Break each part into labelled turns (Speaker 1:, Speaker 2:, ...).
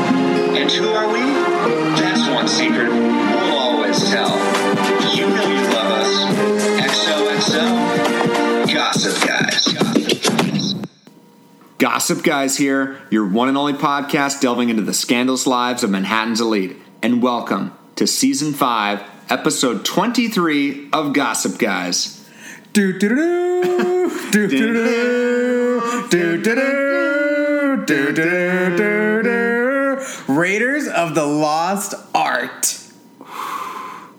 Speaker 1: And who are we? That's one secret we'll always tell. You know you love us. XOXO, Gossip Guys.
Speaker 2: Gossip Guys here, your one and only podcast delving into the scandalous lives of Manhattan's elite. And welcome to Season 5, Episode 23 of Gossip Guys.
Speaker 3: Do do do do do do do do do do do do do Raiders of the Lost Art.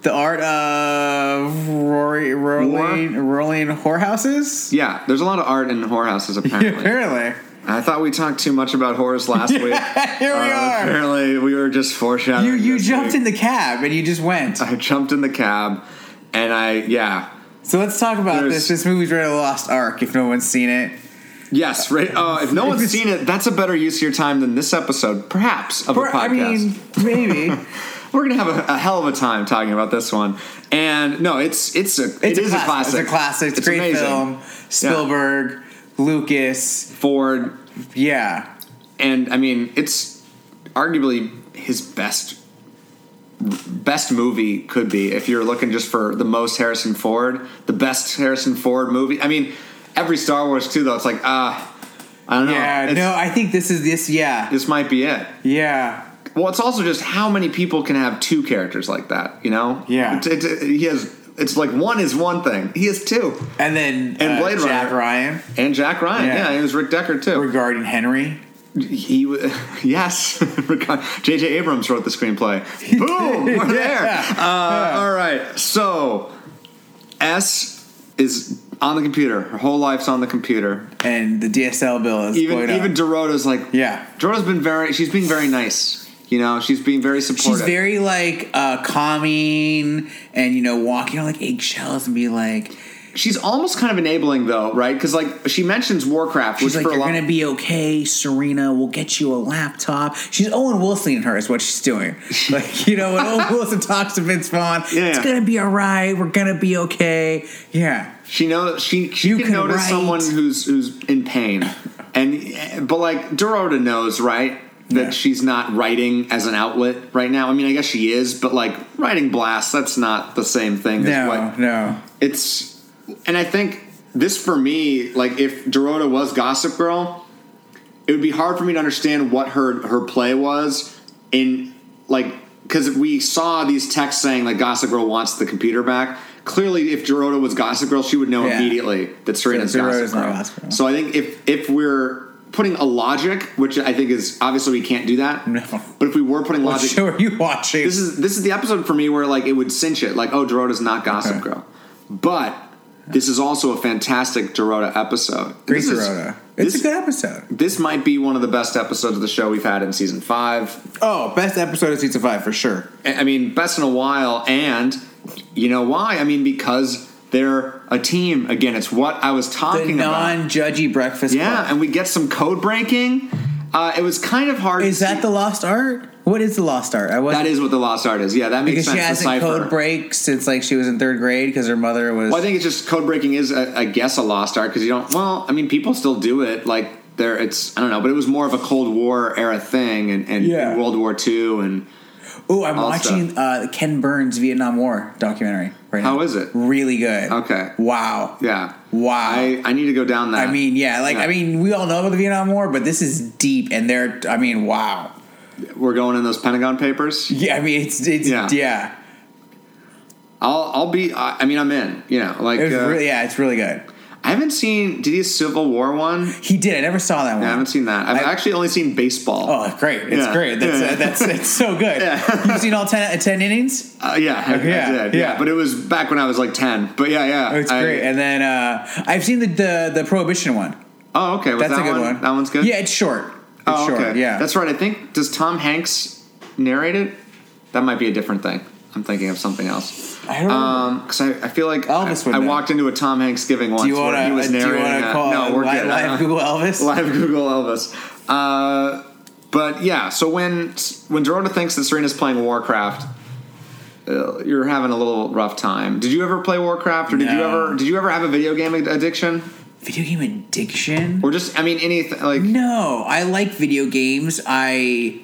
Speaker 3: The art of Rory, rolling, rolling whorehouses.
Speaker 2: Yeah, there's a lot of art in whorehouses, apparently.
Speaker 3: Apparently,
Speaker 2: I thought we talked too much about whores last week.
Speaker 3: here we
Speaker 2: Uh,
Speaker 3: are.
Speaker 2: apparently, we were just foreshadowing.
Speaker 3: You you
Speaker 2: this
Speaker 3: jumped
Speaker 2: week.
Speaker 3: in the cab and you just went.
Speaker 2: I jumped in the cab, and I yeah
Speaker 3: So let's talk about
Speaker 2: There's-
Speaker 3: this. This movie's Raiders of the Lost Ark. If no one's seen it,
Speaker 2: yes right. Uh, if no one's
Speaker 3: it's-
Speaker 2: seen it, that's a better use of your time than this episode, perhaps of a
Speaker 3: Or,
Speaker 2: podcast.
Speaker 3: I mean, maybe.
Speaker 2: We're gonna have a, a hell of a time talking about this one. And no, it's it's a
Speaker 3: It's
Speaker 2: it
Speaker 3: a
Speaker 2: is
Speaker 3: classic. It's a classic. It's, a great
Speaker 2: amazing.
Speaker 3: film. Spielberg, Lucas.
Speaker 2: Ford,
Speaker 3: Yeah.
Speaker 2: and I mean, it's arguably his best best movie could be if you're looking just for the most Harrison Ford, the best Harrison Ford movie. I mean, every Star Wars too though. It's like ah, I don't know.
Speaker 3: yeah.
Speaker 2: It's-
Speaker 3: no, I think this is this. Yeah.
Speaker 2: this might be it.
Speaker 3: Yeah.
Speaker 2: Well, it's also just how many people can have two characters like that. You know?
Speaker 3: Yeah.
Speaker 2: It's, it's, he has. It's like one is one thing. He has two.
Speaker 3: And then
Speaker 2: And
Speaker 3: uh,
Speaker 2: Blade
Speaker 3: Jack
Speaker 2: Runner.
Speaker 3: Ryan
Speaker 2: And Jack Ryan,
Speaker 3: Yeah.
Speaker 2: yeah, it was Rick Decker too.
Speaker 3: regarding Henry.
Speaker 2: He, wa- yes, J.J. Abrams wrote the screenplay. Boom, we're there. Uh, All right, so S is on the computer. Her whole life's on the computer.
Speaker 3: And the DSL bill is
Speaker 2: Even
Speaker 3: going
Speaker 2: even
Speaker 3: up.
Speaker 2: Dorota's like,
Speaker 3: Yeah.
Speaker 2: Dorota's been very. She's being very nice. You know, she's being very supportive.
Speaker 3: She's very like uh, calming and you know walking on like eggshells and be like
Speaker 2: She's almost kind of enabling though, right? Because like she mentions Warcraft, which
Speaker 3: she's like
Speaker 2: for
Speaker 3: you're
Speaker 2: a long
Speaker 3: gonna be okay Serena we'll get you a laptop she's Owen Wilson in her is what she's doing like you know when Owen Wilson talks to Vince Vaughn
Speaker 2: Yeah.
Speaker 3: it's gonna be all right we're gonna be okay yeah
Speaker 2: She knows she she
Speaker 3: You
Speaker 2: can,
Speaker 3: can
Speaker 2: notice
Speaker 3: write.
Speaker 2: someone who's who's in pain, and but like Dorota knows right that
Speaker 3: Yeah.
Speaker 2: she's not writing as an outlet right now. I mean, I guess she is, but like writing blasts, that's not the same thing. as
Speaker 3: no
Speaker 2: what-
Speaker 3: no
Speaker 2: it's and I think this for me, like if Dorota was Gossip Girl, it would be hard for me to understand what her her play was in like because we saw these texts saying like Gossip Girl wants the computer back. Clearly, if Dorota was Gossip Girl, she would know
Speaker 3: Yeah.
Speaker 2: immediately that Serena's
Speaker 3: Dorota's
Speaker 2: Gossip,
Speaker 3: not
Speaker 2: Girl.
Speaker 3: Gossip Girl.
Speaker 2: So I think if if we're putting a logic, which I think is obviously we can't do that.
Speaker 3: No.
Speaker 2: But if we were putting
Speaker 3: what
Speaker 2: logic,
Speaker 3: show are you watching
Speaker 2: this is this is the episode for me where like it would cinch it like oh Dorota's not Gossip
Speaker 3: Okay.
Speaker 2: Girl, but this is also a fantastic Dorota episode.
Speaker 3: Great
Speaker 2: this is-
Speaker 3: Dorota it's
Speaker 2: this-
Speaker 3: a good episode
Speaker 2: This might be one of the best episodes of the show we've had in season five.
Speaker 3: oh best episode of season five for sure
Speaker 2: I I mean, best in a while, and you know why? I mean, because they're a team again. It's what I was
Speaker 3: the
Speaker 2: talking about.
Speaker 3: non-judgy breakfast
Speaker 2: Yeah,
Speaker 3: Club.
Speaker 2: and we get some code breaking. Uh, it was kind of hard.
Speaker 3: is
Speaker 2: to see-
Speaker 3: that the lost art what is the lost art I wasn't
Speaker 2: That is what the lost art is. Yeah, that makes
Speaker 3: because
Speaker 2: sense.
Speaker 3: she
Speaker 2: the
Speaker 3: hasn't
Speaker 2: cipher.
Speaker 3: code break since like she was in third grade because her mother was
Speaker 2: Well, I think it's just code breaking is, I I guess, a lost art because you don't. Well, I mean, people still do it. Like there, it's I don't know, but it was more of a Cold War era thing and, and,
Speaker 3: Yeah.
Speaker 2: and World War II. And
Speaker 3: Oh, I'm
Speaker 2: all
Speaker 3: watching uh, Ken Burns Vietnam War documentary right now.
Speaker 2: How is it?
Speaker 3: Really good.
Speaker 2: Okay.
Speaker 3: Wow.
Speaker 2: yeah,
Speaker 3: Wow.
Speaker 2: I I need to go down that.
Speaker 3: I mean, yeah, like
Speaker 2: Yeah.
Speaker 3: I mean, we all know about the Vietnam War, but this is deep, and they're. I mean, wow.
Speaker 2: we're going in those Pentagon papers.
Speaker 3: Yeah, I mean, it's it's
Speaker 2: Yeah.
Speaker 3: yeah.
Speaker 2: I'll I'll be. I, I mean, I'm in. You know, like
Speaker 3: It was
Speaker 2: uh,
Speaker 3: really yeah, it's really good.
Speaker 2: I haven't seen. Did you see Civil War one?
Speaker 3: He did. I never saw that one.
Speaker 2: I haven't seen that. I've
Speaker 3: I-
Speaker 2: actually only seen baseball.
Speaker 3: Oh, great! It's
Speaker 2: Yeah.
Speaker 3: great. That's
Speaker 2: Yeah.
Speaker 3: uh, that's it's so good.
Speaker 2: Yeah.
Speaker 3: You've seen all 10, uh, 10 innings.
Speaker 2: Uh, yeah, I- I
Speaker 3: Yeah,
Speaker 2: did. Yeah.
Speaker 3: yeah.
Speaker 2: but it was back when I was like ten. But yeah, yeah,
Speaker 3: Oh, It's
Speaker 2: I-
Speaker 3: great. And then uh, I've seen the, the the Prohibition one.
Speaker 2: Oh, okay. Was
Speaker 3: That's
Speaker 2: that
Speaker 3: a good one.
Speaker 2: That one's good.
Speaker 3: Yeah, it's short. It's short. Yeah,
Speaker 2: Oh, That's right. I think does Tom Hanks narrate it? That might be a different thing. I'm thinking of something else.
Speaker 3: I don't
Speaker 2: Um, because I, I feel like
Speaker 3: Elvis
Speaker 2: I,
Speaker 3: would
Speaker 2: I
Speaker 3: know.
Speaker 2: walked into a Tom Hanks giving once
Speaker 3: Do you want
Speaker 2: where he was
Speaker 3: to? Do you
Speaker 2: narrating.
Speaker 3: want to
Speaker 2: a-
Speaker 3: call?
Speaker 2: no, we're
Speaker 3: live,
Speaker 2: good.
Speaker 3: live
Speaker 2: Uh,
Speaker 3: Google Elvis.
Speaker 2: live Google Elvis. Uh, but yeah, so when when Dorota thinks that Serena's playing Warcraft, uh, you're having a little rough time. Did you ever play Warcraft, or did you
Speaker 3: No.
Speaker 2: ever did you ever have a video game ad- addiction,
Speaker 3: Video game addiction? Mm.
Speaker 2: or just I mean anything like?
Speaker 3: No, I like video games. I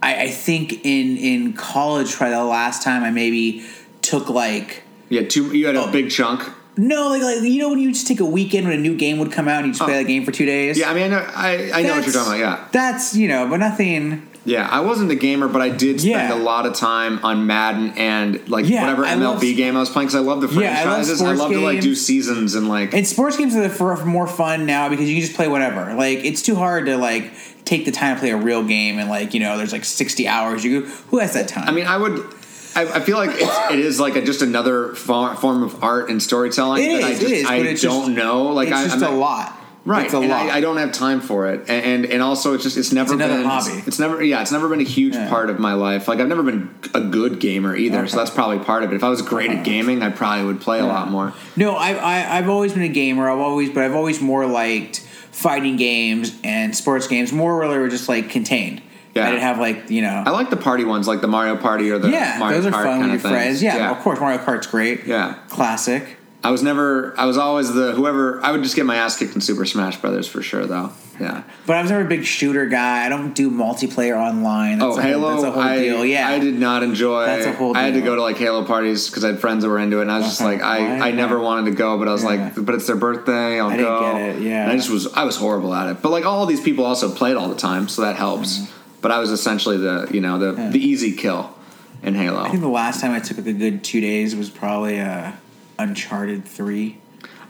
Speaker 3: I, I think in in college, probably the last time I maybe took like
Speaker 2: Yeah, two. You had a
Speaker 3: Oh.
Speaker 2: big chunk.
Speaker 3: no, like, like you know when you just take a weekend when a new game would come out and you just play
Speaker 2: Oh.
Speaker 3: that game for two days.
Speaker 2: Yeah, I mean, I know, I, I know what you're
Speaker 3: That's-
Speaker 2: talking about. Yeah,
Speaker 3: that's you know, but nothing.
Speaker 2: yeah. I wasn't a gamer, but I did spend
Speaker 3: Yeah.
Speaker 2: a lot of time on Madden and like
Speaker 3: Yeah,
Speaker 2: whatever
Speaker 3: I
Speaker 2: MLB
Speaker 3: love-
Speaker 2: game I was playing because I love the
Speaker 3: Yeah, I love
Speaker 2: franchises. I love,
Speaker 3: sports
Speaker 2: to like do
Speaker 3: games.
Speaker 2: seasons and like.
Speaker 3: And sports games are the for, more fun now because you can just play whatever. Like it's too hard to like take the time to play a real game and like you know there's like 60 hours. You who has that time?
Speaker 2: I mean, I would. I, I feel like it's, it is like a, just another fo- form of art and storytelling
Speaker 3: It
Speaker 2: that I
Speaker 3: is,
Speaker 2: just
Speaker 3: it is,
Speaker 2: I
Speaker 3: but it's
Speaker 2: don't
Speaker 3: just-
Speaker 2: know. Like
Speaker 3: it's
Speaker 2: I,
Speaker 3: just
Speaker 2: I'm
Speaker 3: a
Speaker 2: not-
Speaker 3: lot.
Speaker 2: right?
Speaker 3: it's a
Speaker 2: and
Speaker 3: lot.
Speaker 2: I, I don't have time for it, and and, and also it's just it's never
Speaker 3: another
Speaker 2: been
Speaker 3: hobby.
Speaker 2: it's never yeah it's never been a huge
Speaker 3: Yeah.
Speaker 2: part of my life. Like I've never been a good gamer either, so
Speaker 3: Okay.
Speaker 2: that's probably part of it. If I was great at gaming, I probably would play a lot more.
Speaker 3: No, I, I I've always been a gamer. I've always, but I've always more liked fighting games and sports games. More where they were just like contained.
Speaker 2: Yeah.
Speaker 3: I didn't have like you know.
Speaker 2: I like the party ones, like the Mario Party or the
Speaker 3: yeah,
Speaker 2: Mario
Speaker 3: those are
Speaker 2: Kart kind
Speaker 3: fun with your
Speaker 2: of things.
Speaker 3: friends. Yeah, of course, Mario Kart's great.
Speaker 2: Yeah.
Speaker 3: classic.
Speaker 2: I was never. I was always the whoever. I would just get my ass kicked in Super Smash Brothers for sure, though. Yeah.
Speaker 3: But I was never a big shooter guy. I don't do multiplayer online. That's
Speaker 2: Oh,
Speaker 3: a
Speaker 2: Halo!
Speaker 3: Whole, that's a whole
Speaker 2: I,
Speaker 3: deal. Yeah,
Speaker 2: I did not enjoy.
Speaker 3: That's a whole
Speaker 2: I had to
Speaker 3: deal.
Speaker 2: go to like Halo parties because I had friends that were into it, and I was just
Speaker 3: Okay,
Speaker 2: like, I,
Speaker 3: why?
Speaker 2: I never wanted to go, but I was
Speaker 3: Yeah.
Speaker 2: like, but it's their birthday, I'll
Speaker 3: I didn't
Speaker 2: go.
Speaker 3: get it, yeah.
Speaker 2: and I just was. I was horrible at it, but like all these people also played all the time, so that helps.
Speaker 3: Mm-hmm.
Speaker 2: But I was essentially the you know the the easy kill in Halo.
Speaker 3: I think the last time I took like a good two days was probably uh, Uncharted Three.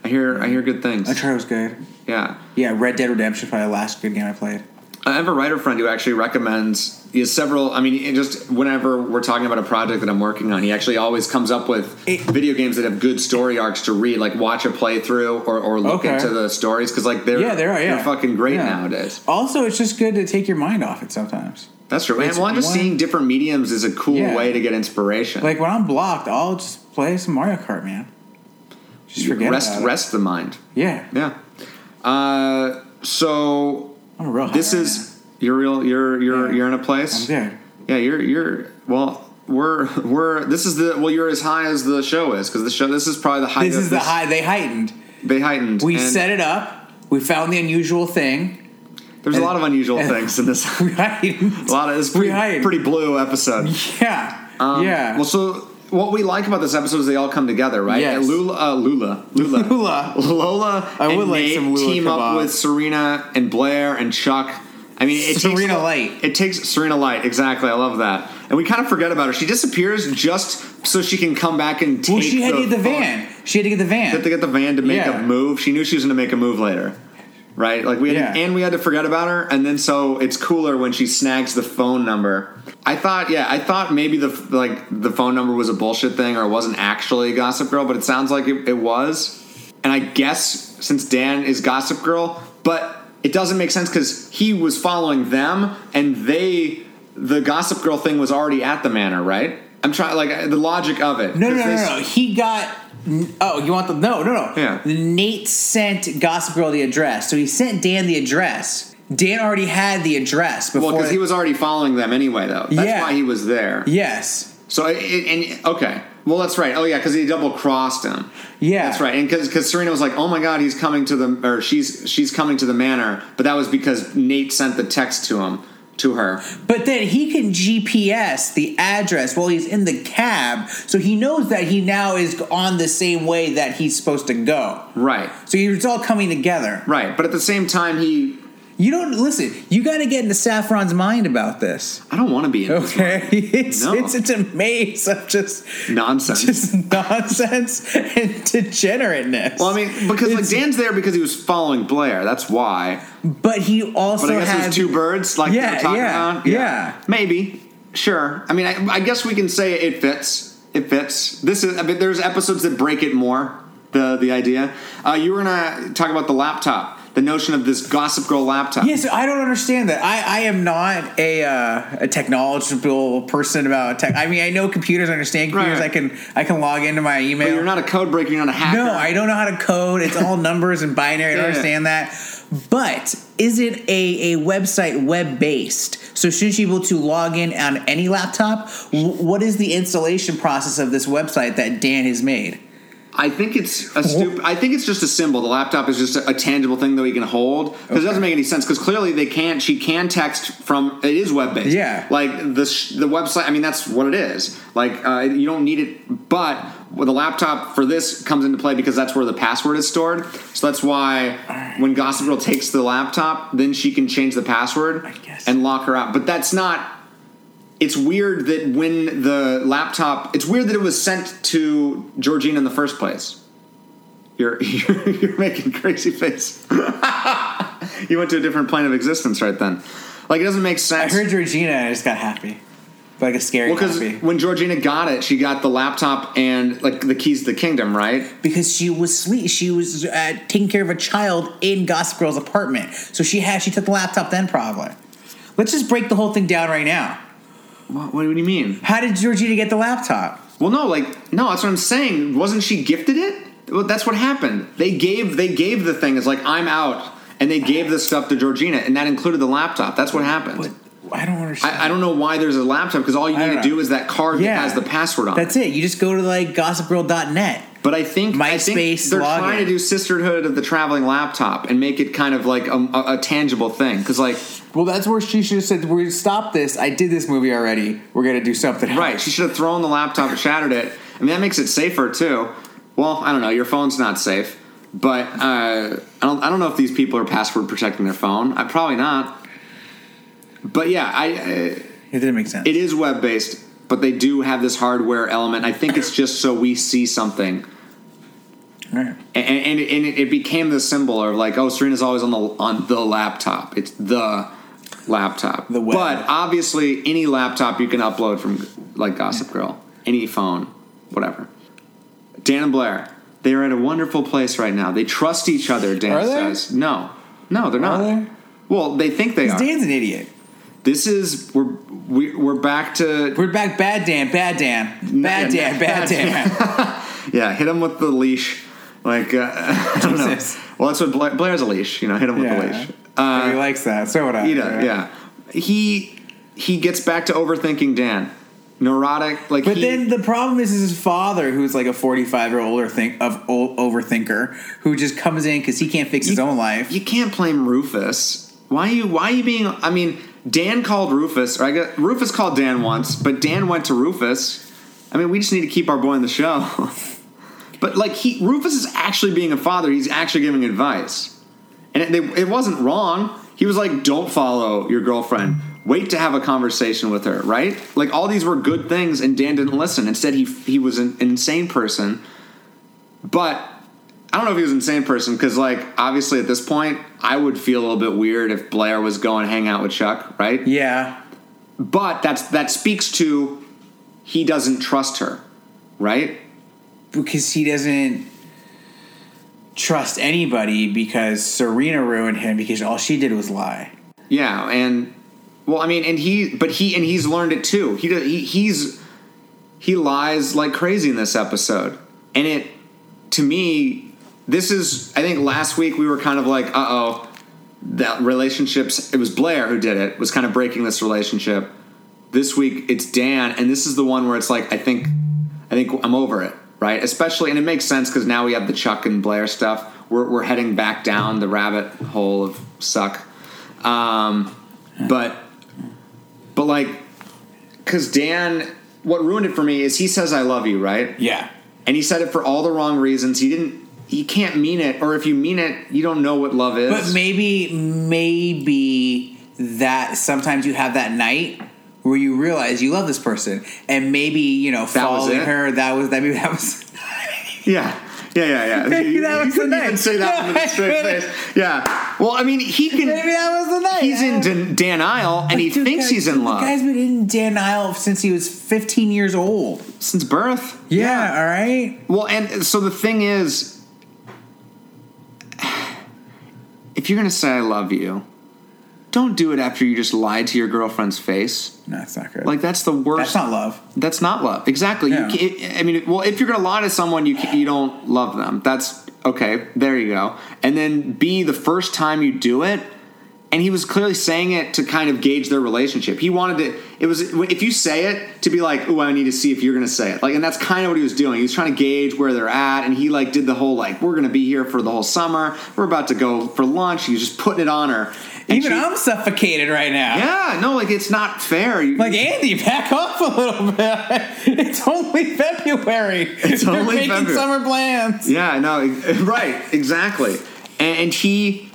Speaker 2: I hear I hear good things.
Speaker 3: Uncharted was good.
Speaker 2: Yeah.
Speaker 3: Yeah, Red Dead Redemption was probably the last good game I played.
Speaker 2: I have a writer friend who actually recommends is several. I mean, it just whenever we're talking about a project that I'm working on, he actually always comes up with
Speaker 3: It-
Speaker 2: video games that have good story arcs to read, like watch a playthrough or, or look
Speaker 3: Okay.
Speaker 2: into the stories because like they're
Speaker 3: Yeah, they are, yeah.
Speaker 2: they're fucking great
Speaker 3: Yeah.
Speaker 2: nowadays.
Speaker 3: Also, it's just good to take your mind off it sometimes.
Speaker 2: That's true. And
Speaker 3: It's
Speaker 2: one, just
Speaker 3: one-
Speaker 2: seeing different mediums is a cool
Speaker 3: Yeah.
Speaker 2: way to get inspiration.
Speaker 3: Like when I'm blocked, I'll just play some Mario Kart, man. Just forget
Speaker 2: rest
Speaker 3: about it.
Speaker 2: rest the mind.
Speaker 3: Yeah,
Speaker 2: Yeah. Uh, so
Speaker 3: I'm real. high
Speaker 2: this
Speaker 3: right
Speaker 2: is you're real. You're you're
Speaker 3: Yeah.
Speaker 2: you're in a
Speaker 3: now.
Speaker 2: place.
Speaker 3: I'm there.
Speaker 2: Yeah, you're you're well. We're we're this is the well. You're as high as the show is because the show this is probably the height.
Speaker 3: This
Speaker 2: of
Speaker 3: is the high they heightened.
Speaker 2: They heightened.
Speaker 3: We
Speaker 2: and
Speaker 3: set it up. We found the unusual thing.
Speaker 2: There's a lot of unusual
Speaker 3: and-
Speaker 2: things in this.
Speaker 3: We
Speaker 2: A
Speaker 3: heightened.
Speaker 2: lot of it's pretty,
Speaker 3: heightened.
Speaker 2: pretty blue episode.
Speaker 3: Yeah.
Speaker 2: Um,
Speaker 3: yeah.
Speaker 2: Well, so what we like about this episode is they all come together, right?
Speaker 3: Yes.
Speaker 2: And Lula, uh, Lula, Lula,
Speaker 3: Lula.
Speaker 2: Lola.
Speaker 3: I
Speaker 2: and
Speaker 3: would like
Speaker 2: Nate
Speaker 3: some Lula
Speaker 2: team
Speaker 3: kebab.
Speaker 2: up with Serena and Blair and Chuck. I mean, it
Speaker 3: Serena
Speaker 2: takes,
Speaker 3: Light.
Speaker 2: It takes Serena Light exactly. I love that. And we kind of forget about her. She disappears just so she can come back and take.
Speaker 3: Well, she had to
Speaker 2: the
Speaker 3: get the
Speaker 2: phone.
Speaker 3: van. She had to get the van.
Speaker 2: She had to get the van to make
Speaker 3: Yeah.
Speaker 2: a move. She knew she was going to make a move later, right? Like we had,
Speaker 3: Yeah.
Speaker 2: and we had to forget about her. And then so it's cooler when she snags the phone number. I thought, yeah, I thought maybe the like the phone number was a bullshit thing or it wasn't actually Gossip Girl, but it sounds like it, it was. And I guess since Dan is Gossip Girl, but it doesn't make sense because he was following them and they the Gossip Girl thing was already at the manor, right? I'm trying like the logic of it.
Speaker 3: no, no,
Speaker 2: 'Cause
Speaker 3: no, no,
Speaker 2: they-
Speaker 3: no. He got. Oh, you want the no, no, no.
Speaker 2: Yeah.
Speaker 3: Nate sent Gossip Girl the address, so he sent Dan the address. Dan already had the address before.
Speaker 2: Well, because he was already following them anyway, though. That's
Speaker 3: Yeah.
Speaker 2: why he was there.
Speaker 3: Yes.
Speaker 2: So, it, it, and okay, well, that's right. Oh yeah, because he double crossed him.
Speaker 3: Yeah.
Speaker 2: That's right, and because Serena was like, "Oh my God, he's coming to the or she's she's coming to the manor," but that was because Nate sent the text to him to her.
Speaker 3: But then he can GPS the address while he's in the cab, so he knows that he now is on the same way that he's supposed to go.
Speaker 2: Right,
Speaker 3: So it's all coming together.
Speaker 2: right. But at the same time, he
Speaker 3: You don't listen. You got to get into Saffron's mind about this.
Speaker 2: I don't want to be in this
Speaker 3: Okay, it's
Speaker 2: No.
Speaker 3: it's it's a maze of just
Speaker 2: nonsense.
Speaker 3: just nonsense and degenerateness.
Speaker 2: well, I mean, because like
Speaker 3: It's-
Speaker 2: Dan's there because he was following Blair. That's why.
Speaker 3: but he also
Speaker 2: But I guess it
Speaker 3: has
Speaker 2: was two birds, like
Speaker 3: Yeah,
Speaker 2: you were talking
Speaker 3: yeah,
Speaker 2: about.
Speaker 3: yeah.
Speaker 2: maybe, sure. I mean, I, I guess we can say it fits. It fits. This is. I mean, there's episodes that break it more. The the idea. Uh, you were gonna talk about the laptop. The notion of this Gossip Girl laptop.
Speaker 3: Yes, I don't understand that. I, I am not a uh, a technological person about tech. I mean, I know computers. I understand computers.
Speaker 2: Right.
Speaker 3: I can I can log into my email.
Speaker 2: But you're not a code breaker. You're not a hacker.
Speaker 3: no, I don't know how to code. It's all numbers and binary. I don't
Speaker 2: Yeah.
Speaker 3: understand that. But is it a, a website web based? So should she be able to log in on any laptop? W- What is the installation process of this website that Dan has made?
Speaker 2: I think it's a stupid. I think it's just a symbol. The laptop is just a, a tangible thing that we can hold because it doesn't make any sense. Because clearly they can't. She can text from. It is web based.
Speaker 3: Yeah.
Speaker 2: Like the sh- the website. I mean, that's what it is. Like uh, you don't need it, but with the laptop for this comes into play because that's where the password is stored. So that's why when Gossip Girl takes the laptop, then she can change the password
Speaker 3: guess.
Speaker 2: and lock her out. But that's not it's weird that when the laptop it's weird that it was sent to Georgina in the first place. You're you're, you're making crazy face. you went to a different plane of existence right then. Like it doesn't make
Speaker 3: I
Speaker 2: sense.
Speaker 3: heard Georgina and I just got happy. Like a scary
Speaker 2: well, because
Speaker 3: happy.
Speaker 2: when Georgina got it, she got the laptop and like the keys to the kingdom, right?
Speaker 3: because she was sleep. She was uh, taking care of a child in Gossip Girl's apartment, so she had she took the laptop then probably. Let's just break the whole thing down right now.
Speaker 2: What, what do you mean?
Speaker 3: How did Georgina get the laptop?
Speaker 2: Well, no, like no, that's what I'm saying. Wasn't she gifted it? Well, that's what happened. They gave they gave the thing. It's like I'm out, and they gave the stuff to Georgina, and that included the laptop. That's what happened.
Speaker 3: But I don't understand.
Speaker 2: I, I don't know why there's a laptop because all you
Speaker 3: I
Speaker 2: need
Speaker 3: don't
Speaker 2: to
Speaker 3: know.
Speaker 2: do is that card
Speaker 3: Yeah.
Speaker 2: that has the password on.
Speaker 3: That's it. You just go to like gossipgirl.net.
Speaker 2: But I think I think
Speaker 3: MySpace
Speaker 2: they're
Speaker 3: login.
Speaker 2: trying to do sisterhood of the traveling laptop and make it kind of like a, a, a tangible thing because like
Speaker 3: Well, that's where she should have said, "We're gonna stop this. I did this movie already. We're gonna do something."
Speaker 2: right she should have thrown the laptop and shattered it. I mean that makes it safer too. Well, I don't know. Your phone's not safe, but uh, I don't I don't know if these people are password protecting their phone. I probably not. But yeah, I. I
Speaker 3: It didn't make sense.
Speaker 2: it is web based, but they do have this hardware element. I think it's just so we see something.
Speaker 3: Alright.
Speaker 2: And, and, and it, it became the symbol of like, oh, Serena's always on the on the laptop. It's the laptop.
Speaker 3: The web.
Speaker 2: But obviously, any laptop you can upload from like Gossip Girl, any phone, whatever. Dan and Blair, they are at a wonderful place right now. They trust each other. Dan
Speaker 3: Are they?
Speaker 2: says, no, no, they're not.
Speaker 3: they?
Speaker 2: Well, they think they are.
Speaker 3: Dan's an idiot.
Speaker 2: this is we're we, we're back to
Speaker 3: We're back. Bad Dan. Bad Dan. Bad
Speaker 2: yeah,
Speaker 3: Dan.
Speaker 2: bad
Speaker 3: Bad Dan.
Speaker 2: Yeah, hit him with the leash. Like, uh, I don't know.
Speaker 3: Jesus.
Speaker 2: Well, that's what Blair, Blair's a leash. You know, hit him with the
Speaker 3: Yeah.
Speaker 2: leash. Uh,
Speaker 3: he likes that. So would I.
Speaker 2: he does. Yeah. He he gets back to overthinking Dan, neurotic. Like,
Speaker 3: But
Speaker 2: he-
Speaker 3: then the problem is, is his father, who's like a forty-five year older think of o- overthinker, who just comes in because he can't fix his own life.
Speaker 2: you can't blame Rufus. Why are you? Why are you being? I mean, Dan called Rufus, or I guess Rufus called Dan once, but Dan went to Rufus. I mean, we just need to keep our boy in the show. but like, he Rufus is actually being a father. He's actually giving advice, and it, they, it wasn't wrong. He was like, "Don't follow your girlfriend. Wait to have a conversation with her." Right? Like, all these were good things, and Dan didn't listen. Instead, he he was an insane person. But I don't know if he was an insane person because, like, obviously at this point, I would feel a little bit weird if Blair was going to hang out with Chuck, right?
Speaker 3: yeah.
Speaker 2: But that's that speaks to he doesn't trust her, right?
Speaker 3: because he doesn't trust anybody because Serena ruined him because all she did was lie.
Speaker 2: Yeah, and well, I mean, and he, but he, and he's learned it too. He, do- he he's he lies like crazy in this episode, and it to me, this is. I think last week we were kind of like, uh oh, that relationships. It was Blair who did it. Was kind of breaking this relationship. This week it's Dan, and this is the one where it's like, I think, I think I'm over it, right? Especially, and it makes sense because now we have the Chuck and Blair stuff. We're we're heading back down the rabbit hole of suck. Um, but but like, because Dan, what ruined it for me is he says I love you, right?
Speaker 3: Yeah.
Speaker 2: And he said it for all the wrong reasons. He didn't. He can't mean it, or if you mean it, you don't know what love is.
Speaker 3: But maybe, maybe that sometimes you have that night where you realize you love this person, and maybe you know
Speaker 2: That was
Speaker 3: following
Speaker 2: it?
Speaker 3: her that was that maybe that was
Speaker 2: yeah. Yeah, yeah, yeah.
Speaker 3: Maybe
Speaker 2: You-
Speaker 3: that
Speaker 2: you
Speaker 3: was the
Speaker 2: couldn't even
Speaker 3: night.
Speaker 2: say that
Speaker 3: No,
Speaker 2: with
Speaker 3: I
Speaker 2: a straight
Speaker 3: couldn't.
Speaker 2: face. Yeah. Well, I mean, he
Speaker 3: maybe
Speaker 2: can.
Speaker 3: that was the night.
Speaker 2: He's in
Speaker 3: I don't-
Speaker 2: den- denial, and he
Speaker 3: Dude,
Speaker 2: thinks
Speaker 3: guys,
Speaker 2: he's in
Speaker 3: The
Speaker 2: love
Speaker 3: guy's been in denial since he was 15 years old.
Speaker 2: since birth.
Speaker 3: yeah. all right.
Speaker 2: Well, and so the thing is, if you're gonna say I love you, don't do it after you just lied to your girlfriend's face.
Speaker 3: No, it's not good.
Speaker 2: Like that's the worst.
Speaker 3: that's not love.
Speaker 2: That's not love. Exactly.
Speaker 3: Yeah.
Speaker 2: You can, I mean, well, if you're gonna lie to someone, you can, you don't love them. That's okay. There you go. And then B, the first time you do it, and he was clearly saying it to kind of gauge their relationship. He wanted to. It was if you say it to be like, "Ooh, I need to see if you're going to say it." Like, and that's kind of what he was doing. He was trying to gauge where they're at, and he like did the whole like, "We're going to be here for the whole summer. We're about to go for lunch." He was just putting it on her. And
Speaker 3: Even
Speaker 2: she-
Speaker 3: I'm suffocated right now.
Speaker 2: yeah, no, like it's not fair. You-
Speaker 3: Like Andy, back off a little bit. It's only February. It's
Speaker 2: only
Speaker 3: making
Speaker 2: February.
Speaker 3: summer plans.
Speaker 2: Yeah, no, right, exactly. And, and he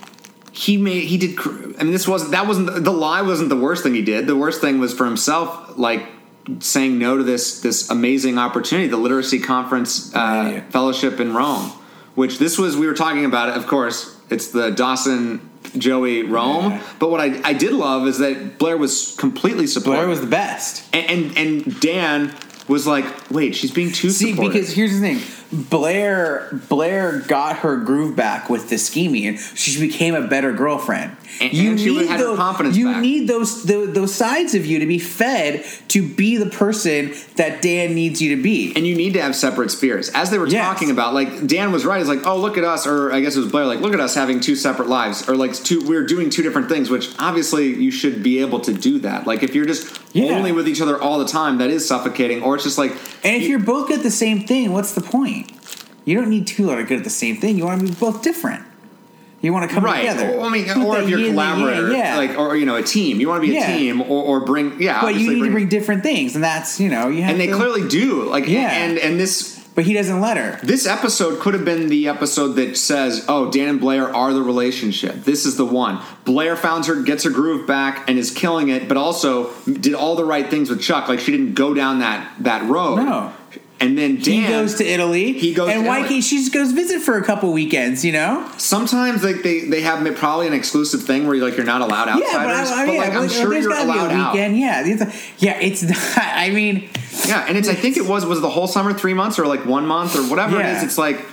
Speaker 2: he made he did. cr- I mean, this wasn't that wasn't the lie wasn't the worst thing he did. The worst thing was for himself, like saying no to this this amazing opportunity, the literacy conference uh,
Speaker 3: Right.
Speaker 2: fellowship in Rome, which this was we were talking about it. Of course, it's the Dawson. Joey Rome,
Speaker 3: Yeah.
Speaker 2: but what I, I did love is that Blair was completely supportive,
Speaker 3: Blair was the best.
Speaker 2: and, and and Dan was like, "Wait, she's being too
Speaker 3: See,
Speaker 2: supportive."
Speaker 3: because here's the thing, Blair Blair got her groove back with the scheming, and she became a better girlfriend.
Speaker 2: And- and she had her confidence
Speaker 3: You
Speaker 2: back.
Speaker 3: need those, those those sides of you to be fed to be the person that Dan needs you to be.
Speaker 2: and you need to have separate spheres. As they were
Speaker 3: Yes.
Speaker 2: talking about, like Dan was right. He's like, oh, look at us, or I guess it was Blair. Like, look at us having two separate lives, or like two. We're doing two different things, which obviously you should be able to do that. Like, if you're just
Speaker 3: Yeah.
Speaker 2: only with each other all the time, that is suffocating. Or it's just like,
Speaker 3: And if you're both good at the same thing, what's the point? You don't need two that are good at the same thing. You want to be both different. You want to come
Speaker 2: right?
Speaker 3: together.
Speaker 2: Or, I mean,
Speaker 3: Put
Speaker 2: or
Speaker 3: that
Speaker 2: if you're
Speaker 3: yin
Speaker 2: a
Speaker 3: and yang,
Speaker 2: collaborator,
Speaker 3: yeah.
Speaker 2: like, or you know, a team. You want to be a
Speaker 3: Yeah.
Speaker 2: team, or, or bring, yeah.
Speaker 3: but you
Speaker 2: obviously
Speaker 3: need to bring different things, and that's you know you have.
Speaker 2: and they
Speaker 3: to-
Speaker 2: clearly do. Like,
Speaker 3: Yeah.
Speaker 2: and and this
Speaker 3: but he doesn't let her.
Speaker 2: This episode could have been the episode that says, "Oh, Dan and Blair are the relationship. This is the one." Blair found her, gets her groove back, and is killing it. But also did all the right things with Chuck. Like she didn't go down that that road.
Speaker 3: No.
Speaker 2: And then Dan
Speaker 3: he goes to Italy.
Speaker 2: He goes
Speaker 3: and
Speaker 2: to
Speaker 3: why
Speaker 2: Italy.
Speaker 3: can't she just goes visit for a couple weekends? You know.
Speaker 2: Sometimes like they they have ma- probably an exclusive thing where you like you're not allowed outsiders.
Speaker 3: yeah, but, I, I,
Speaker 2: but,
Speaker 3: yeah,
Speaker 2: like, I'm
Speaker 3: like,
Speaker 2: sure
Speaker 3: there's
Speaker 2: you're
Speaker 3: gotta be
Speaker 2: allowed
Speaker 3: a
Speaker 2: out.
Speaker 3: weekend. Yeah, it's, yeah, it's not. I mean,
Speaker 2: Yeah, and it's I think it was was the whole summer three months or like one month or whatever
Speaker 3: Yeah.
Speaker 2: it is. It's like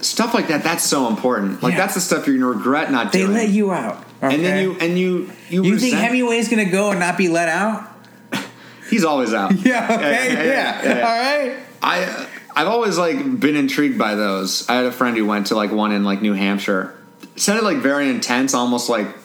Speaker 2: stuff like that. That's so important. Like
Speaker 3: Yeah.
Speaker 2: that's the stuff you're gonna regret not
Speaker 3: they
Speaker 2: doing.
Speaker 3: let you out,
Speaker 2: And then
Speaker 3: okay?
Speaker 2: you and you you,
Speaker 3: You think
Speaker 2: resent-
Speaker 3: Hemingway's gonna go and not be let out?
Speaker 2: he's always out.
Speaker 3: Yeah. Okay. Yeah. All right.
Speaker 2: I uh, I've always like been intrigued by those. I had a friend who went to like one in like New Hampshire. Sounded like very intense, almost like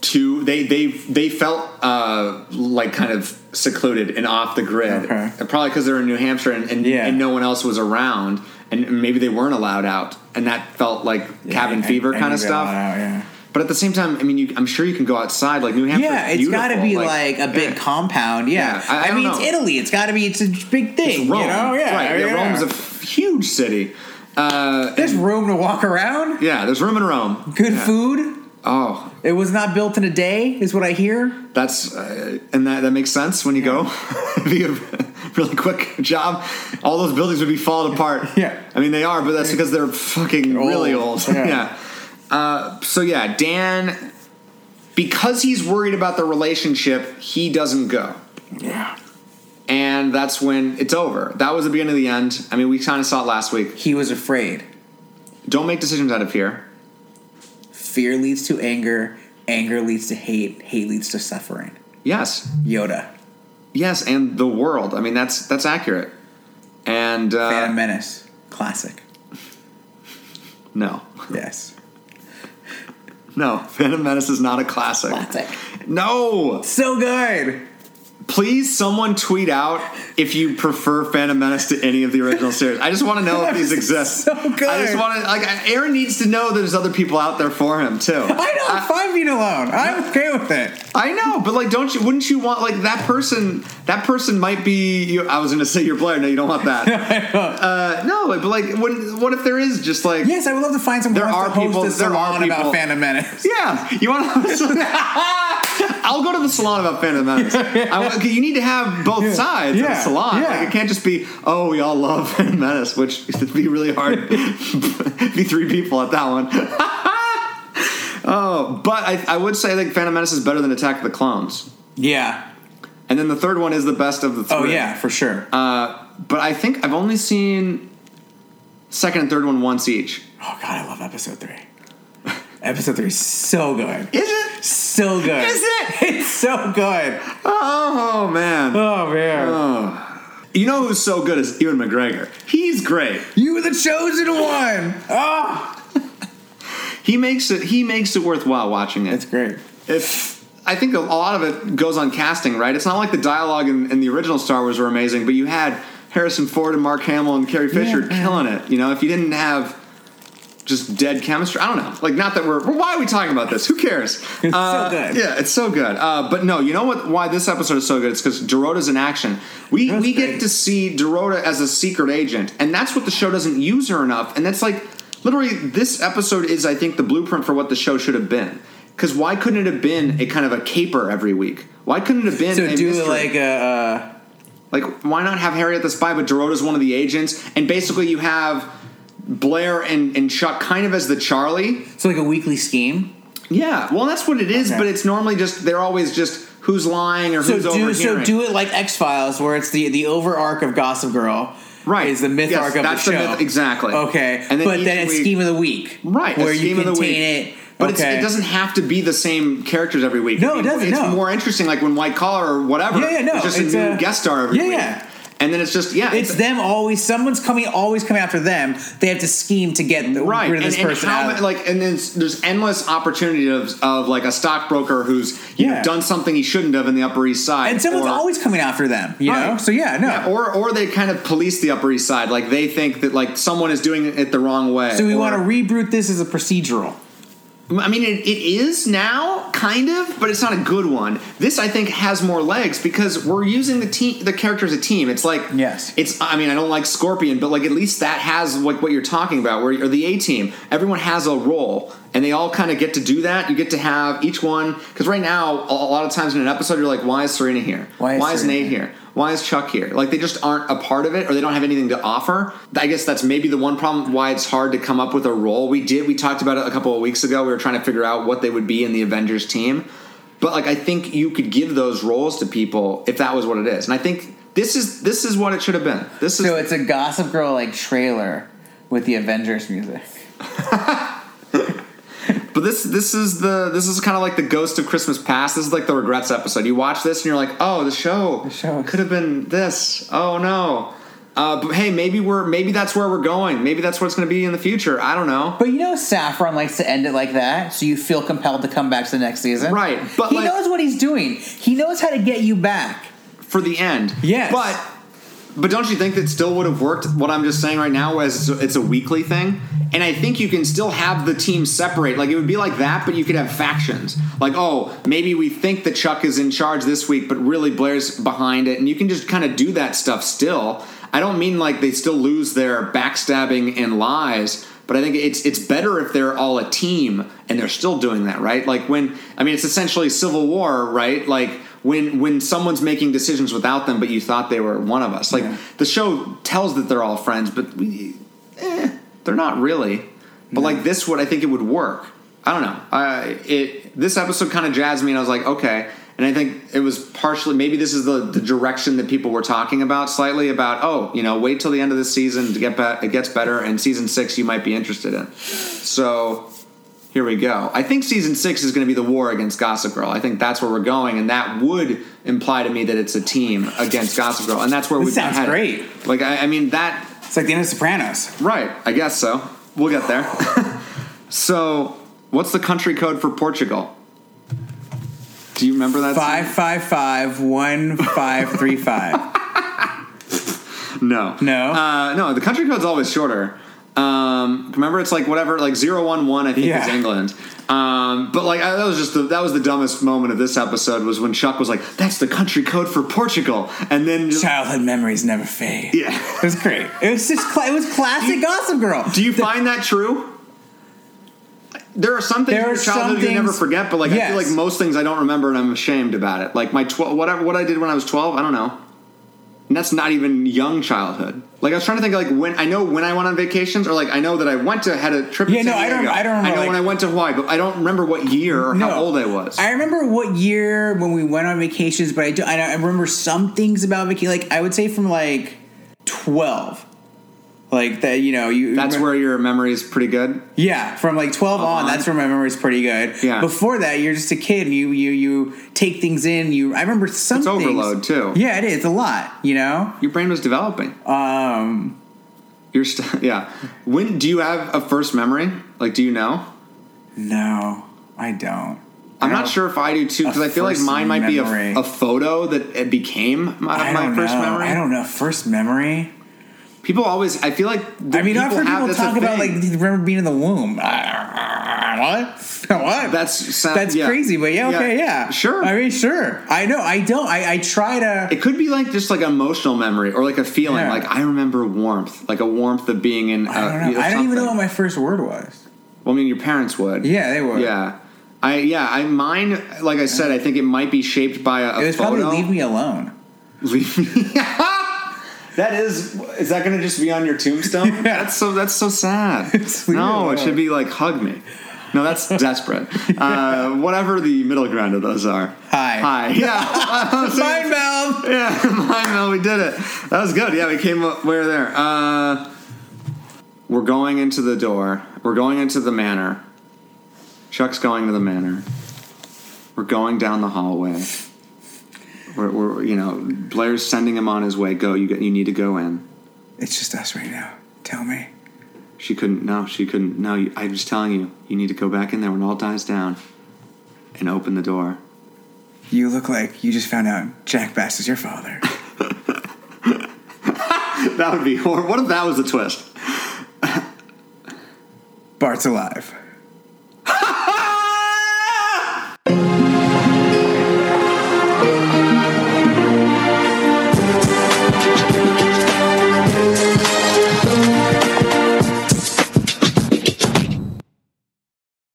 Speaker 2: too. They they they felt uh like kind of secluded and off the grid.
Speaker 3: Okay.
Speaker 2: Probably because they're in New Hampshire and and,
Speaker 3: Yeah.
Speaker 2: and no one else was around, and maybe they weren't allowed out, and that felt like cabin
Speaker 3: I-
Speaker 2: fever
Speaker 3: I
Speaker 2: kind
Speaker 3: need
Speaker 2: of
Speaker 3: to let
Speaker 2: stuff.
Speaker 3: out, yeah.
Speaker 2: But at the same time, I mean, you, I'm sure you can go outside. Like New Hampshire,
Speaker 3: Yeah, it's got to be like, a big compound. Yeah,
Speaker 2: Yeah, I- I don't
Speaker 3: mean it's
Speaker 2: know.
Speaker 3: Italy. It's got to be. It's a big thing.
Speaker 2: Rome,
Speaker 3: You know? Yeah,
Speaker 2: right? Yeah, Rome's a f- huge city. Uh,
Speaker 3: There's room to walk around.
Speaker 2: yeah, there's room in Rome.
Speaker 3: Good
Speaker 2: Yeah.
Speaker 3: food.
Speaker 2: Oh,
Speaker 3: It was not built in a day, is what I hear.
Speaker 2: that's uh, and that that makes sense when you go. It'd be a really quick job. All those buildings would be falling apart.
Speaker 3: Yeah.
Speaker 2: I mean they are, but that's because they're fucking
Speaker 3: old.
Speaker 2: really old.
Speaker 3: Yeah.
Speaker 2: Yeah. Uh, so yeah, Dan, because he's worried about the relationship, he doesn't go.
Speaker 3: Yeah.
Speaker 2: and that's when it's over. That was the beginning of the end. I mean, we kind of saw it last week.
Speaker 3: He was afraid.
Speaker 2: Don't make decisions out of fear.
Speaker 3: Fear leads to anger. Anger leads to hate. Hate leads to suffering.
Speaker 2: Yes,
Speaker 3: Yoda,
Speaker 2: yes, and the world. I mean, that's that's accurate. And
Speaker 3: Phantom
Speaker 2: uh,
Speaker 3: Menace, classic.
Speaker 2: no,
Speaker 3: Yes.
Speaker 2: no, Phantom Menace is not a classic. No,
Speaker 3: So good.
Speaker 2: please, someone tweet out if you prefer Phantom Menace to any of the original series. I just want to know if these exist.
Speaker 3: So good.
Speaker 2: I just want to like Aaron needs to know there's other people out there for him too.
Speaker 3: I know.
Speaker 2: Uh,
Speaker 3: five feet alone. I'm okay with it.
Speaker 2: I know, but like, don't you? Wouldn't you want like that person? That person might be. You, I was going to say your player. No, you don't want that. uh, no, but like, when, what if there is just like?
Speaker 3: Yes, I would love to find someone
Speaker 2: There
Speaker 3: who wants
Speaker 2: are
Speaker 3: to host
Speaker 2: people-
Speaker 3: a
Speaker 2: there are
Speaker 3: salon about
Speaker 2: people-
Speaker 3: Phantom Menace.
Speaker 2: Yeah, you want to? I'll go to the salon about Phantom Menace. I want- 'cause you need to have both sides of
Speaker 3: Yeah.
Speaker 2: the salon.
Speaker 3: Yeah.
Speaker 2: Like, it can't just be, oh, we all love Phantom Menace, which would be really hard. be three people at that one. oh, but I, I would say like Phantom Menace is better than Attack of the Clones.
Speaker 3: Yeah.
Speaker 2: And then the third one is the best of the three.
Speaker 3: Oh yeah, for sure.
Speaker 2: Um, but I think I've only seen second and third one once each.
Speaker 3: oh god, I love episode three. episode three is so good.
Speaker 2: Is it?
Speaker 3: So good.
Speaker 2: Is it?
Speaker 3: It's so good.
Speaker 2: Oh man!
Speaker 3: Oh man.
Speaker 2: Uh. You know who's so good is Ewan McGregor. He's great.
Speaker 3: Ah. You were the chosen one. Oh,
Speaker 2: He makes it. He makes it worthwhile watching it.
Speaker 3: That's great.
Speaker 2: if I think a lot of it goes on casting, right? It's not like the dialogue in, in the original Star Wars were amazing, but you had Harrison Ford and Mark Hamill and Carrie Fisher
Speaker 3: Yeah.
Speaker 2: killing it. You know, if you didn't have just dead chemistry, I don't know. Like, not that we're well, why are we talking about this? Who cares?
Speaker 3: It's so
Speaker 2: Uh,
Speaker 3: good.
Speaker 2: Yeah, it's so good. Uh, but no, you know what? Why this episode is so good? It's because Dorota's in action. We
Speaker 3: That's
Speaker 2: we
Speaker 3: great.
Speaker 2: get to see Dorota as a secret agent, and that's what the show doesn't use her enough. And that's like literally this episode is, I think, the blueprint for what the show should have been. Because why couldn't it have been a kind of a caper every week? Why couldn't it have been
Speaker 3: So
Speaker 2: a
Speaker 3: do
Speaker 2: mystery?
Speaker 3: like a uh,
Speaker 2: Like, why not have Harriet the spy, but Dorota's one of the agents? And basically, you have Blair and, and Chuck kind of as the Charlie.
Speaker 3: uh, so like a weekly scheme.
Speaker 2: Yeah, well, that's what it is,
Speaker 3: Okay.
Speaker 2: but it's normally just, they're always just who's lying or
Speaker 3: So
Speaker 2: who's
Speaker 3: do so
Speaker 2: overhearing.
Speaker 3: do it like X Files, where it's the the over arc of Gossip Girl.
Speaker 2: Right.
Speaker 3: Is the myth
Speaker 2: Yes,
Speaker 3: arc of
Speaker 2: that's
Speaker 3: the
Speaker 2: the
Speaker 3: show
Speaker 2: myth- exactly.
Speaker 3: Okay.
Speaker 2: And then
Speaker 3: but
Speaker 2: each
Speaker 3: then it's
Speaker 2: week-
Speaker 3: scheme of the week.
Speaker 2: Right, a
Speaker 3: Where you
Speaker 2: scheme of
Speaker 3: contain
Speaker 2: the
Speaker 3: it.
Speaker 2: But
Speaker 3: okay.
Speaker 2: it's, it doesn't have to be the same characters every week.
Speaker 3: No, it doesn't,
Speaker 2: It's
Speaker 3: no.
Speaker 2: more interesting, like when White Collar or whatever.
Speaker 3: Yeah, yeah, no,
Speaker 2: It's just
Speaker 3: it's
Speaker 2: a new
Speaker 3: a-
Speaker 2: guest star every
Speaker 3: Yeah,
Speaker 2: week.
Speaker 3: yeah.
Speaker 2: And then it's just yeah,
Speaker 3: It's
Speaker 2: it's-
Speaker 3: them always. Someone's coming. Always come after them. They have to scheme to get the-
Speaker 2: right.
Speaker 3: rid of
Speaker 2: and,
Speaker 3: this
Speaker 2: and
Speaker 3: person.
Speaker 2: how
Speaker 3: out.
Speaker 2: ma- like and then s- there's endless opportunity of, of like a stockbroker who's you
Speaker 3: Yeah.
Speaker 2: know, done something he shouldn't have in the Upper East Side,
Speaker 3: and someone's
Speaker 2: or-
Speaker 3: always coming after them. You know.
Speaker 2: Right.
Speaker 3: So yeah, no.
Speaker 2: Yeah, or or they kind of police the Upper East Side, like they think that like someone is doing it the wrong way.
Speaker 3: so we
Speaker 2: or-
Speaker 3: want to reboot this as a procedural.
Speaker 2: I mean, it, it is now kind of, but it's not a good one. This I think has more legs because we're using the team, the character as a team. It's like
Speaker 3: Yes.
Speaker 2: it's. I mean, I don't like Scorpion, but like at least that has like what you're talking about, where or the A team. Everyone has a role, and they all kind of get to do that. You get to have each one because right now a, a lot of times in an episode you're like, why is Serena here?
Speaker 3: Why is
Speaker 2: is
Speaker 3: Serena
Speaker 2: Nate here? Why is Chuck here? Like they just aren't a part of it, or they don't have anything to offer. I guess that's maybe the one problem why it's hard to come up with a role. We did we talked about it a couple of weeks ago. We were trying to figure out what they would be in the Avengers team, but like I think you could give those roles to people if that was what it is. And I think this is this is what it should have been. This is
Speaker 3: So it's a Gossip Girl like trailer with the Avengers music.
Speaker 2: but this this is the this is kind of like the ghost of Christmas past. This is like the regrets episode. You watch this and you're like, oh, the show,
Speaker 3: show.
Speaker 2: could have been this. Oh no. Uh, but hey, maybe we're maybe that's where we're going. Maybe that's what it's going to be in the future. I don't know.
Speaker 3: But you know, Saffron likes to end it like that, so you feel compelled to come back to the next season.
Speaker 2: Right, but,
Speaker 3: he
Speaker 2: like-
Speaker 3: knows what he's doing. He knows how to get you back.
Speaker 2: for the end.
Speaker 3: Yes.
Speaker 2: But but don't you think that still would have worked? What I'm just saying right now is it's a, it's a weekly thing, and I think you can still have the team separate. Like it would be like that, but you could have factions. Like oh, maybe we think that Chuck is in charge this week, but really Blair's behind it, and you can just kind of do that stuff still. I don't mean like they still lose their backstabbing and lies, but I think it's it's better if they're all a team and they're still doing that, right? Like when I mean it's essentially civil war, right? Like when when someone's making decisions without them, but you thought they were one of us. Like
Speaker 3: Yeah.
Speaker 2: the show tells that they're all friends, but we, eh, they're not really. But like this would I think it would work. I don't know. I it this episode kind of jazzed me, and I was like, okay. And I think it was partially maybe this is the, the direction that people were talking about slightly about oh you know wait till the end of the season to get back it gets better and season six you might be interested in. So here we go. I think season six is going to be the war against Gossip Girl. I think that's where we're going, and that would imply to me that it's a team against Gossip Girl, and that's where
Speaker 3: This
Speaker 2: we've been
Speaker 3: sounds
Speaker 2: headed.
Speaker 3: great.
Speaker 2: Like I, I mean that
Speaker 3: It's like the end of Sopranos.
Speaker 2: right? I guess so. We'll get there. so what's the country code for Portugal? Do you remember that?
Speaker 3: Five five five one five three five.
Speaker 2: No.
Speaker 3: No?
Speaker 2: Uh, no, the country code's always shorter. Um, remember, it's like whatever, like zero one one. I think
Speaker 3: Yeah.
Speaker 2: is England. Um, but like I, that was just the, that was the dumbest moment of this episode was when Chuck was like, "That's the country code for Portugal," and then just,
Speaker 3: Childhood memories never fade.
Speaker 2: yeah.
Speaker 3: It was great. It was just cla it was classic Gossip Girl.
Speaker 2: Do you find that true? There are some things
Speaker 3: There
Speaker 2: in
Speaker 3: are
Speaker 2: your childhood
Speaker 3: some
Speaker 2: you never
Speaker 3: things-
Speaker 2: forget, but like I
Speaker 3: Yes.
Speaker 2: feel like most things I don't remember and I'm ashamed about it. Like my twelve, whatever what I did when I was twelve, I don't know. And that's not even young childhood. Like I was trying to think like when I know when I went on vacations or like I know that I went to had a trip. to
Speaker 3: Yeah, no,
Speaker 2: San
Speaker 3: I don't-
Speaker 2: Diego.
Speaker 3: I don't remember,
Speaker 2: I know
Speaker 3: like-
Speaker 2: when I went to Hawaii, but I don't remember what year or how old I was.
Speaker 3: I remember what year when we went on vacations, but I do. I, I remember some things about vacation. Like I would say from like twelve, like that. You know, you
Speaker 2: that's where your memory is pretty good.
Speaker 3: Yeah, from like 12 on,
Speaker 2: Uh-huh.
Speaker 3: that's where my memory's pretty good.
Speaker 2: Yeah.
Speaker 3: Before that, you're just a kid and you you you take things in. You I remember some
Speaker 2: It's
Speaker 3: things-
Speaker 2: overload, too.
Speaker 3: Yeah, it is. It's a lot, you know?
Speaker 2: Your brain was developing.
Speaker 3: Um
Speaker 2: You're st- yeah. When do you have a first memory? Like, do you know?
Speaker 3: No, I don't.
Speaker 2: I'm
Speaker 3: No.
Speaker 2: not sure if I do too because
Speaker 3: A
Speaker 2: I feel like
Speaker 3: first
Speaker 2: mine might
Speaker 3: memory.
Speaker 2: be a, a photo that it became my,
Speaker 3: I
Speaker 2: my
Speaker 3: don't
Speaker 2: first
Speaker 3: know.
Speaker 2: memory.
Speaker 3: I don't know. First memory.
Speaker 2: People always, I feel like the
Speaker 3: I mean, I've
Speaker 2: people
Speaker 3: heard
Speaker 2: have
Speaker 3: people
Speaker 2: that's a
Speaker 3: talk about like
Speaker 2: thing.
Speaker 3: remember being in the womb. what? what?
Speaker 2: that's sound,
Speaker 3: That's
Speaker 2: yeah.
Speaker 3: crazy, but yeah, okay, yeah.
Speaker 2: sure.
Speaker 3: I mean, sure. I know. I don't. I, I try to.
Speaker 2: it could be like just like emotional memory or like a feeling.
Speaker 3: Yeah.
Speaker 2: Like I remember warmth, like a warmth of being in. uh,
Speaker 3: I don't know. I don't even know what my first word was.
Speaker 2: well, I mean, your parents would.
Speaker 3: Yeah, they were.
Speaker 2: Yeah. I yeah. I mine. Like I said, I think it might be shaped by a, a
Speaker 3: It was
Speaker 2: photo.
Speaker 3: probably leave me alone.
Speaker 2: Leave me. that is. Is that going to just be on your tombstone? That's so. That's so sad.
Speaker 3: It's weird.
Speaker 2: no, it should be like hug me. No, that's desperate. Uh, whatever the middle ground of those are.
Speaker 3: Hi.
Speaker 2: Hi. Yeah.
Speaker 3: Mind valve.
Speaker 2: yeah. Mine. No, we did it. That was good. Yeah, we came up. We were there. Uh, we're going into the door. We're going into the manor. Chuck's going to the manor. We're going down the hallway. We're, we're you know, Blair's sending him on his way. Go, you get, you need to go in.
Speaker 3: It's just us right now. Tell me.
Speaker 2: She couldn't. No, she couldn't. No, you, I'm just telling you. You need to go back in there when all dies down, and open the door.
Speaker 3: You look like you just found out Jack Bass is your father.
Speaker 2: That would be horrible. What if that was the twist?
Speaker 3: Bart's alive.
Speaker 2: Ah!